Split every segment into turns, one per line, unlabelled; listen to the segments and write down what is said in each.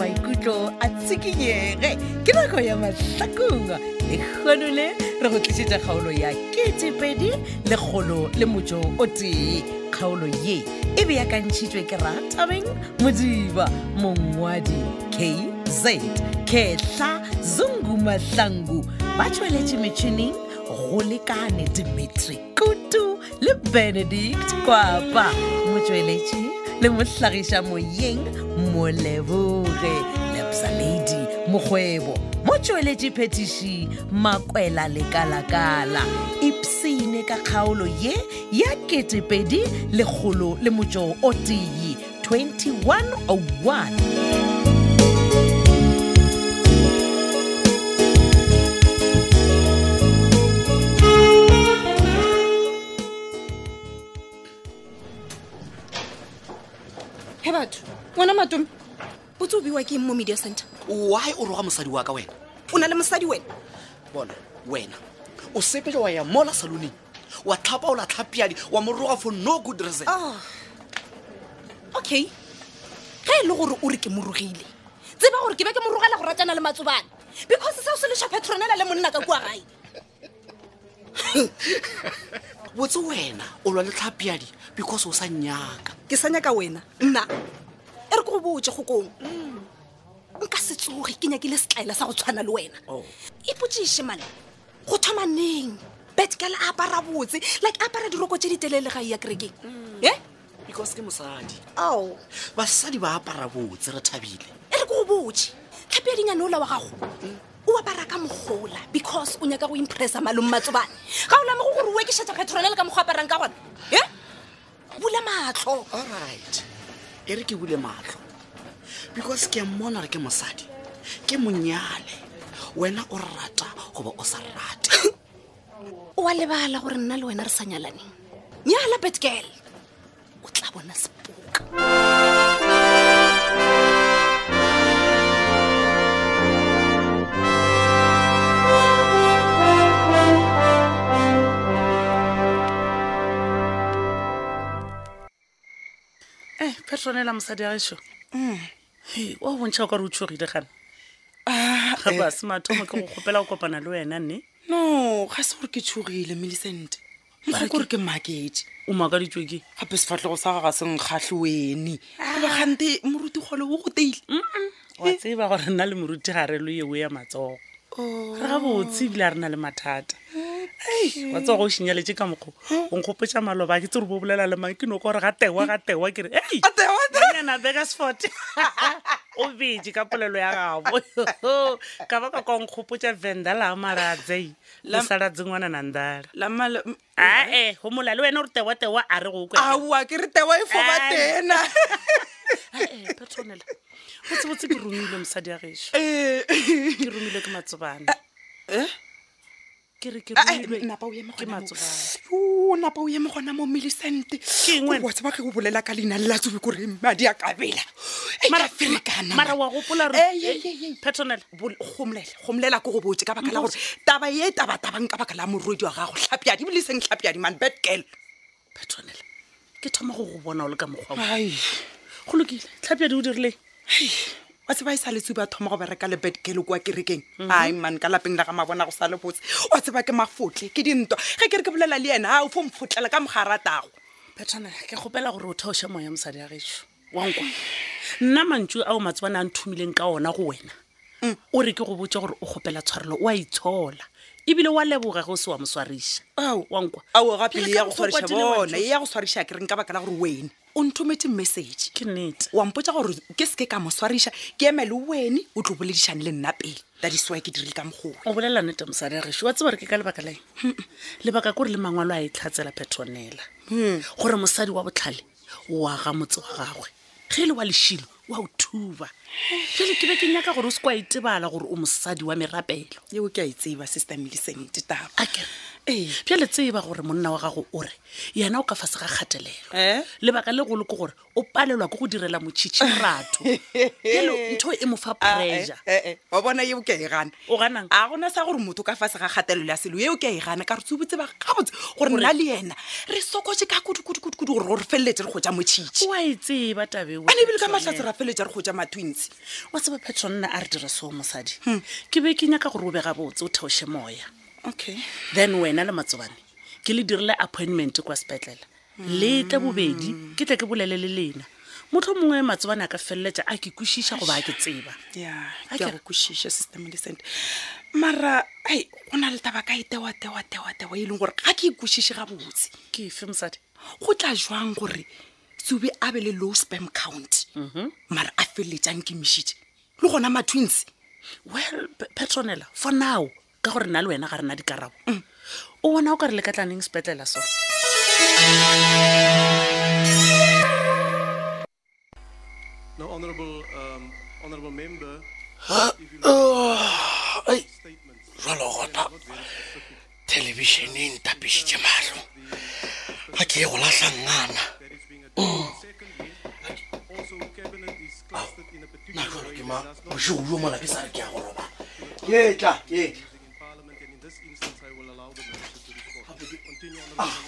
ao a tsikinyege ke nako ya mahlakong le kgonole re go tlišetša kgaolo ya ketepedi lekgolo le motso o tee kgaolo ye e beakantšhitšwe ke ratabeng modiba mongwadi kz kehla zungu mahlangu ba tšweletše metšhineng go lekane dimetri kutu le benedict kwapa motšweletši le mohlagiša moyeng moleboge lepsaledi mokgwebo mo tšweletše phetiši makwela lekalakala ipsene ka kgaolo ye ya ketepedi lekgolo le motšo o tee 2101
he batho ngwana matome botse o biwa ke eng mo media center
why o roga mosadi wa ka wena
o na le mosadi wena
bona wena o sepele wa ya mola saloneng wa tlhapa o la tlhapiadi wa mo roga for no good reason
Ah. okay ge e le gore o re ke morogile tseba gore ke be ke morogela go ratana le matsobane because seo se leša petronela le monna ka kua gae
botse wena o lwa le tlhapiadi because o sa nyaka
ke sa nyaka wena nna e re ke go botse kgokong nka se tsoge ke nyakile setlaela sa go tshwana le wena
Oh.
ipotsiše male go thoma neng betkele a apara botse like a apara diroko tse di telele ga e ya kerekeng e
because ke mosadi
ao
basadi ba apara botse re thabile
e re ko go botse tlhapi ya dinyanola wa gago o apara ka mogola because o nyaka go impressa malong matsobane ga o lamogo gore o ekišetša petronele ka mokgwa aparang ka gona e bula matlho
alright e re ke bule matlho because ke a mmona re ke mosadi ke monyale wena o rata goba o sa rate
o a lebala gore nna le wena re sa nyalaneng nyala betgal o tla bona sepoka
Eh,
e petronela mosadi a gešo Hei, wa bontšha o ka re o tshogile gana
Ah,
Eh,
gape a se mathomo ke go kgopela go kopana le wena nne
no ga se gore ke tshogile millicent mokgwa kore ke makete
o makaditswe ke
gape sefatlhego sa gaga senkgatlhe wene goba gante moruti kgole o go teile
wa tseba gore nna le moruti ga re lo yeo ya matsogo re ga botse ebile a re na le mathata Ai, wa tseba go o šinyaletse ka mokgo o nkgopotsa maloba ke tse re bo bolela le mang ke noko gore ga tewa ga tewa ke re ei banyana vegasfort o bee ka polelo ya gabo ka ba ka kwa nkgopotsa venda la amara a tsei le sala tsengwana na ndala
mm,
ae go mola le wena o re tewatewa a re go
eh, aowa ke re tewa e foba
Ai.
tena
kwepetonela botsebotse ke romile mosadi ya gešo
Eh,
ke romilwe ke matsobane
eh?
ke re ke
Ah, eh,
romilwe
napa o eme
ke
gona mo.
matsobane
Yo, napa o eme gona mo millicent
eng wena?
wa tseba ke go bolela ka leina le la tsobe kore madi a E kabela
Mara- mara wa gopola re-
Eh,
Eh,
re
petonela
gomlela gomlela ke go botse ka baka la gore taba ye tabatabang ka baka la morwedi wa gago tlhapiadi ebile seng tlhapiadi man bad girl
petonela ke thoma go go bona o le ka mokgwa
ai
go lokile tlhapjadi o dirileng
wa tseba e sa letse ba thoma go bereka le bad girl kwa kerekeng
Mhm.
ai man ka lapeng la ga mabona go sa le botse wa tseba ke mafotle ke dintwa ge ke re ke bolela le ena a o fo mfotlela ka mogaratago
petonela ke kgopela gore o theoše moya mosadi ya gešo wankwa nna mantso ao matsobane a nthumileng ka ona go wena o re ke go botse gore o kgopela tshwarelo o a itshola ebile wa leboga ge o se wa moswariša
Ao.
wankwa
ao gapele ya go
Ke ka
tshwariša
mokgwa tee wa
bona
ntšhosa.
e ya go tshwariša kereng ka baka la gore wene o nthometse message
ke nnete
wa mpotsa gore ke seke ka moswariša ke emele wene o tlo boledišane le nna pele tadiswa ke dirile ka mogolo
o bolela nnete mosadi agešo wa tseba gore ke ka lebaka laeng lebaka kore le mangwalo a e tlhatsela petronela gore mosadi wa botlhale wa ga motse wa gagwe ge e le wa lešilo wa o thuba jale ke be ke nyaka gore o se kwa itebala gore o mosadi wa merapelo
eo ke a e tseba sister millicent taba
Ake.
Ee.
bjale tseba gore monna wa gago o re yena o ka fase ga kgatelelo
Eh?
lebaka le golo ke gore o palelwa ke go direla motšhitšhi rato jalo ntho e mo fa
Ah, eh,
pressure
ee o bona eo ke a e gana
O ganang?
a gona sa gore motho ka fase ga kgatelelo ya selo eo ke a e gana ka re se o botseba gabotse gore nna le yena re sokotse ka kudu-kudu-kudu gore re feleletse re go ja motšhitšhi
o a e tseba tabeo
ane ebile ka matlhatse ra feleletsa re go ja matwinsi
wa tseba petronne a re dire seo mosadi Hmm. ke be ke nyaka gore o be gabotse o theoše moya
okay
then wena le matsobane ke le dirile appointment kwa sepetlela le tle bobedi ke tle ke bolele le lena motlho mongwe matsobane a ka feleletša a ke kwešiša goba a ke tseba
ya
A
ke a
ke re-
go kwešiša system decent mara ai go na le taba ka e tewa tewa tewa tewa e leng gore ga ke e kwešiše gabotse
ke efe mosadi
go tla jwang gore tsube a be le low spam count mara a feleletsang kemišitše le gona matwinsi
well Pe- petronela for now ka gore nna le wena ga rena dikarabo o bona o ka re le ka tlaneng sepetlela so
Now, honourable, um, honourable member,
jalo gona thelebišeneng tapišitše mahlo ga ke ye go latlhangana
there is being a mm. secondly, also cabinet is clustered in a
na
particular
jalo
way
ke
that
ma
does not
bošo ulo mola ke sa re ke ya go roba etla etla
using in parliament, and in this instance, I will allow the minister to respond. Continue, honourable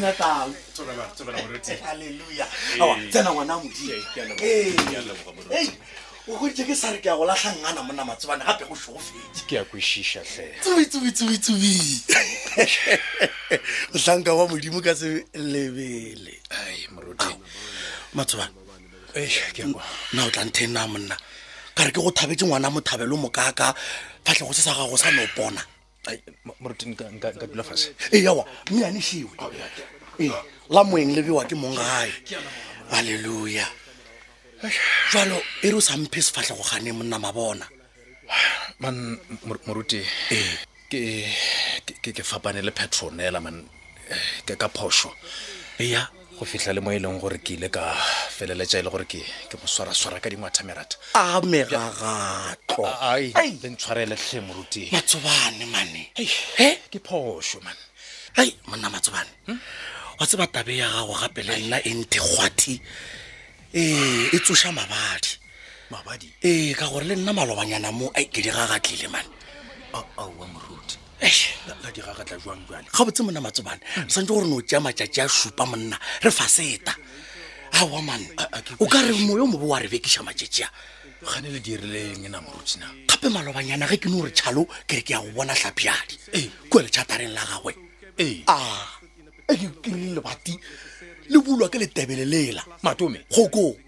minister.
natale halleluja aa tsena ngwana modimo Ee. Ei, o goditse ke sa re ke ya go latlhangana monna matsobane gape go šofetse
ke a kwešiša tle
tsubitsubitsubi motlanka wa modimo ka se lebele
ai moruti
matsobane
Eish, ke a kwa.
nna o tla nthe nna monna ka re ke go thabetse ngwana mothabelo mokaka fatlhego se sa gago sa no bona
Ai, mo- moruti nka nka- nka dula fase
ee awa mme anešiwe ee la moeng le bewa ke mongae halleluja jalo e re o samphe sefatlhego gane monna mabona
man mor- moruti ke ke- ke- ke fapane le petronela man eh, ke ka phošo
ea
go fitlha le mo e leng gore ke ile ka feleletša e le gore ke ke mo swaraswara ka dingwatha merata
a megagatlo
ai
Ai.
le ntshwarele tlhe moruti
matsobane mane
Eish,
e
ke phošo man
ai monna matsobane wa tseba tabe ya gago gape le nna e nthe kgwathi ee e tsoša mabadi
mabadi
ee ka gore le nna malobanyana mo ai ke di gagatlile mane
aowa moruti
Eish,
ka digagatla jwang Hmm. jale
ga botse monna matsobane santse gore ne o tea matšatši a supa monna re faseta aowa man o ka re moyo mobe wa re bekiša matšatši a
gane le dirileng na moruti na
gape malobanyana ge ke ne gore tšhalo ke re ke ya go bona tlhapiadi ee kua letšhatareng la gagwe
ee
a e ke kry lebati le bulwa ke letebele lela
matome
kgokong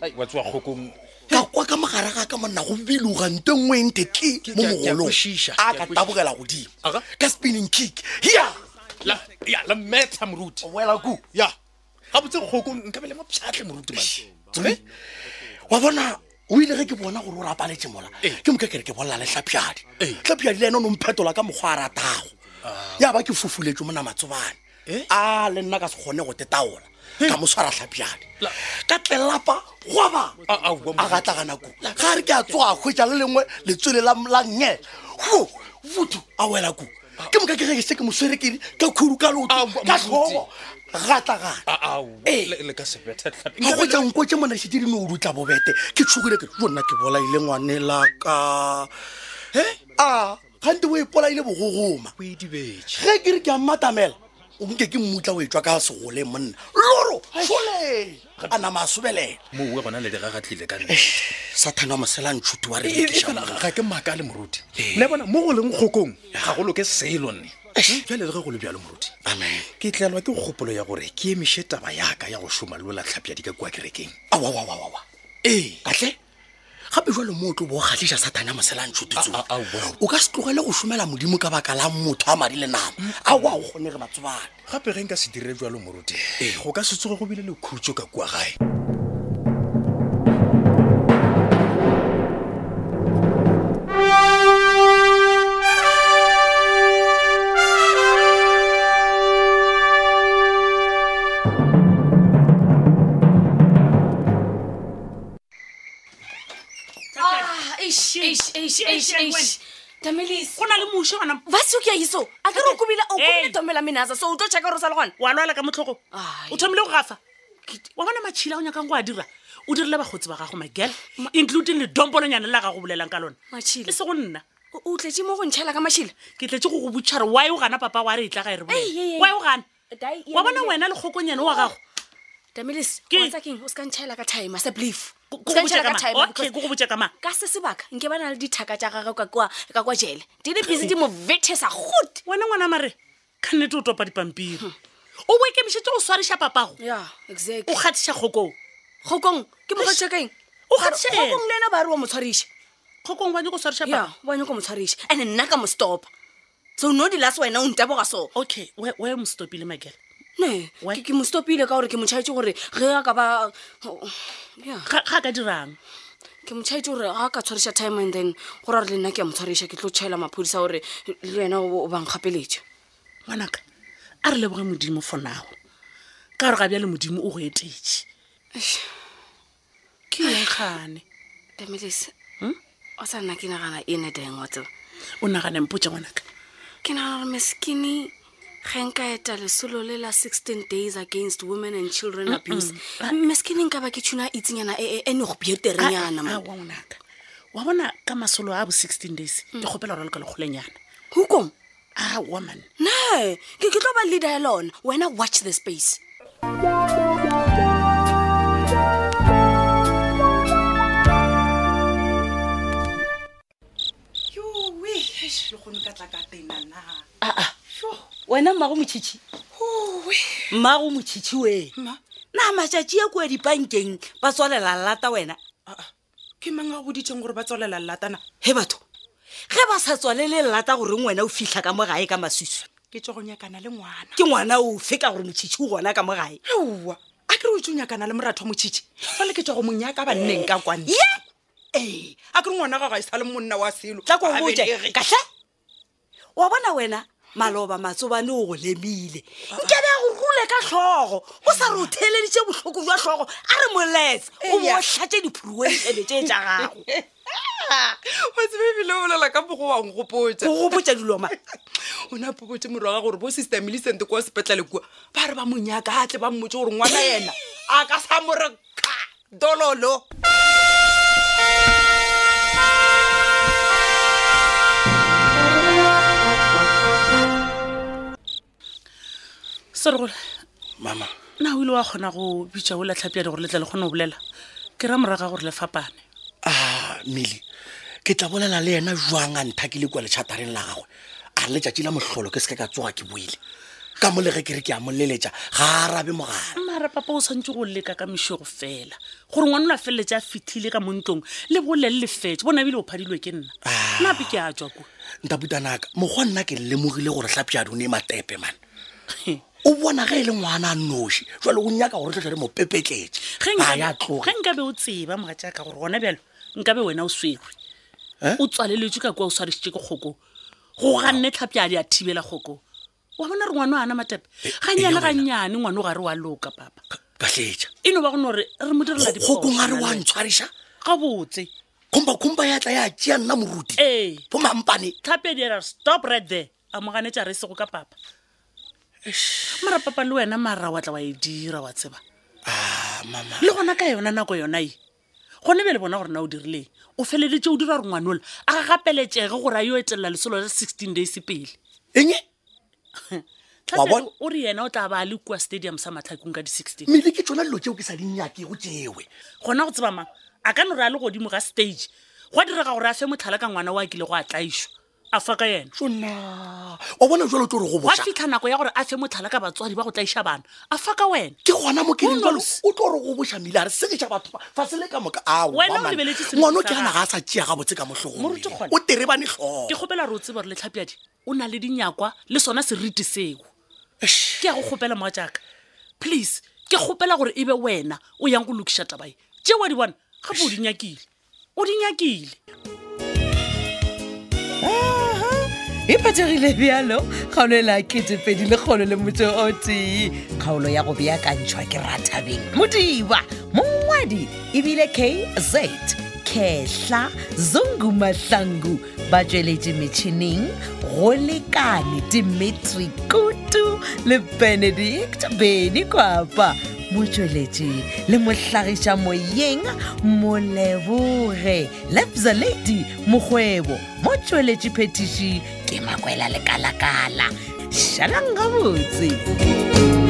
Ai, wa tsoa kgokong
ka kwa ka mogare ga ka monna go bilogante nngwe ntetle mo
Ke- ke- ke a
mogolong
kwešiša,
a
ke
ka
a
tabogela godimo
Aga?
ka spinning kick hea
La- ya la mmetha moruti
wela ku
ya ga botse kgoko nka be le mopšhatlhe moruti man
tsoe wa bona o ile ge ke bona gore o rapaletse mola
Ee.
ke moka kere ke bolla le tlhapiadi
Ee. Ah.
tlhapiadi le ene o ne mphetola ka mokgwa a ratago ya ba ke fofoletse mona matsobane
Eh?
a le nna ka se kgone go tetaola ka mo swara tlhapiadi
Ee. La-
ka tlelapa goba
A- aowa, moruti.
a gatlagana ku ga a re ke a tsoa a kgwetsa le lengwe letswele la la nnyela ho botho a wela ku ke moka ke ge ke se ke mo swere kere ka khuru ka
Aowa,
loto ka
moruti.
tlhogo gatlagana Ee.
le le
ga go
ka sebethatlhape
tsang ko tse monasetse di ne o dutla bobete ke tshogile ke jonna ke bolaile ngwane laka e a gante o e polaile bogogoma
o edibetse
ge ke re ke a mmatamela o nke ke mmutla o e tswa ka segole monna loro soleng a nama a sobelela
mowe gona le digagatlile ka nna
sathane wa moselantšhuti wa
Ee, e fela ga
rekiša
ga ke maaka le moruti le bona mo go leng kgokong ga go loke selo nne jale le ge go le bjalo moruti
amen
ke tlelwa ke kgopolo ya gore ke emiše taba yaka ya go šoma le olatlhapjadi ka kua kerekeng
awawawawawa
ee
katle gape jalo mo o tlo bo o kgatlhisa sathane a moselantšhuti tso
A- a- aowa.
o ka se tlogele go somela modimo ka baka la motho a madi le nama
Mm.
aowa o kgone re batsobane
gape ge nka se dire jalo moruti ee go ka se tsoge go bile le khutso ka kua gae
Ah, damelis
go na le moši gona mo.
vasio ke a iso a ke re o kobile o
Hey.
kobile tomela menasa so o tlo checka gore o sa le gona
wa lwala ka motlhogo
Ai.
o thomile go gafa wa bona matšhila o nyakang go a dira o dirile bagotsi ba gago magel including ledompolonyane le la gago bolelang ka lona
Matšhila.
e se go nna
O- o tletse mo go ntšhela ka mašhila
ke tletse go go botša re wy o gana papa wa re e tla ga e re
Ei, ei, ei.
wy o gana
Dai,
wa
yena
bona
le-
wena lekgokonyane wa gago
damelis
Ke-
watsa keng o se ka ntšhaela ka time sa belief
Ko- ko go botše ka mang? Okay, ko go botše ka mang?
ka se sebaka nke ba na le dithaka tja gagwe ka kwa- ka kwa jele di le busy di mo vethesa gote
wena ngwana mare ka nnete o topa dipampiri o bo ikemišitse o swariša papago
ya exact
o kgathiša kgokong
kgokong ke mogatša keng
O kgatiša eng?
kgokong le ena ba re wa mo tshwariša
kgokong wa nyako o swariša
ya
papa
wa nyaka mo tshwariša and nna ka mo stopa so no di lase wena o nteboga so
okay we- we mo stopile makela
ne
Why?
ke ke mo stopile ka gore ke mo tšhaetse gore ge a ka ba ya
ga ga a ka dirang
ke mo tšhaetse gore ga a ka tshwariša time and then gore a re le nna ke a mo tshwariša ke tlo tšhaela maphodisa gore le wena o o ba nkgapeletše
ngwanaka a re leboge modimo for now ka gore ga bjale modimo o go etetse ke yenkgane
damelis o sa nna ke nagana ene deng wa tseba
o nagane mpotse ngwanaka
ke nagana gore meskini ge nka eta lesolo le la sixteen days against women and children abuse meskini nka ba ke tshuna itsenyana e e- e ne go
Ah, ah,
bieterenyana
wa ngwanaka wa bona ka masolo a bo sixteen days ke kgopela gore le ka lekgolenyana
hukom
a woman
ah. ne ke ke tlo ba leader ya lona wena watch the space
yoe eish, le kgone ka tla ka tena na
wena mmago motšhitšhi
oe
mmago motšhitšhi wee
mma
na matšatši a kua dipankeng ba tswalela lata wena
aa ke mang a goditšeng gore ba tswalela lelatana
he batho ge ba sa tswalele lata goreng wena o fitlha ka mo gae ka maswiso
ke tswa go nyakana le ngwana
ke ngwana ofe ka gore motšhitšhi o gona ka mo gae
aowa a kere o tse o nyakana le moratho wa motšhitši fale ke tswa go mo nyaka banneng ka kwane
ye
ee a kere ngwana ga ga e sa le monna wa selo
tla ko
A
boje
belege.
katlha wa bona wena maloba matsobane o go lemile nkebe a go rule ka tlhogo o sa re o theeleditše botlhoko jwa tlhogo a re moletse o
Eya.
bo tlatse diphuruentshebe tše tša gago
wa tsebe ebile o bolela ka mogo wang gopotsa
go gopotsa diloma
o ne a pokotse morwaga gore bo sister millicent kwa sepetlale kua ba re ba monyaka a tle ba mmotse gore ngwana yena a ka sa moreka dololo
serogole
mama
na o ile wa kgona go bitša o latlhapiadi gore letla le kgone go bolela ke ra moraga gore le fapane
a mmele ke tla bolela le ena jwang a ntha ke le kua letšhatareng la gagwe a re letšatši la motlholo ke se ka ka tsoga ke boile ka mo le ge ke re ke a moleletša ga a rabe mogare
mmare papa o tshwanetse go leka ka mešego fela gore ngwana o na feleletse a fitlhile ka mo ntlong le bolele le lefetse bona ebile o phadilwe ke nna
Ah.
nape ke a tswa ko
ntaputanaka mokgwa nna ke lemogile gore tlhapiadi o ne e matepe mane o bona ge e le ngwana a noši jale o nyaka gore tlhotlha re mo pepetletše ga Ah, ya tloge
ge nkabe o tseba moga jaaka gore gona bjalo nkabe wena o swerwe
Eh?
o tswaleletswe ka kwa o swarisitse ke kgokong go ganne tlhapeadi a thibela kgokong wa bona gore ngwana o ana matepe
Eh,
gannyane
wena?
gannyane ngwana o gare wa loka papa
ka tletša
e no ba gone gore re mo direla
kgokong a re wa
diphoso
ntshwariša
gabotse
khumbakhumba ya tla ya tšea nna moruti
ee
bo mampane
tlhapedi a re stop right there a moganetša re sego ka papa mara papa le wena mara wa tla wa e dira wa tseba
Ah, mama
le gona ka yona nako yona e gone be le bona gore na o dirileng o feleleditse o dira gore ngwanola a gagapeletsege gore a yo etelela lesolo la sixteen days pele
eng Wa
tlhapedi
bona?
o re yena o tla ba a le kua stadium sa matlhakong ka di-sixteen
mmele ke tsona dilo tseo ke sa dinyake go tsewe
gona go tseba mang a ka no re a le godimo ga stage gwa direga gore a fe motlhala ka ngwana o a kile go a tlaišwa a fa ka yena
tsona wa bona jalo tse gore go
gwa
bosa
fitlha nako ya gore a fe motlhala ka batswadi ba go tlaiša bana a fa ka wena
ke gona mo keleng jalo
Who knows?
o tlo re go bosa mmele a re sekeša batho ba, fa se le ka moka ao
Wena o
mamane.
lebeletse selo
ngwana o
sa
ke ana
gagwe.
ga a sa tšea gabotse ka
Moruti kgole.
motlhogong o terebane
ke
tlhogo
kgopela re o tseba gore letlhapeadi o na le dinyakwa le sona seriti seo ke ya go kgopela moa jaaka please ke kgopela gore ebe wena o yang go lokiša tabae tsewa di bona gape o di nyakile o di nyakile
Aha, e phathegile bjalo kgaolo e la ketepedi le kgolo le motse o tee kgaolo ya go e beakantšhwa ke rathabeng modiba mongwadi ebile kz k khehla zungu mahlangu ba tsweletše metšhineng go lekane dimitri kutu le benedict beny kwapa motšweletši le mohlagiša moyeng moleboge lebza lady mokgwebo mo tšweletše phetiši ke makwela lekalakala šalang gabotse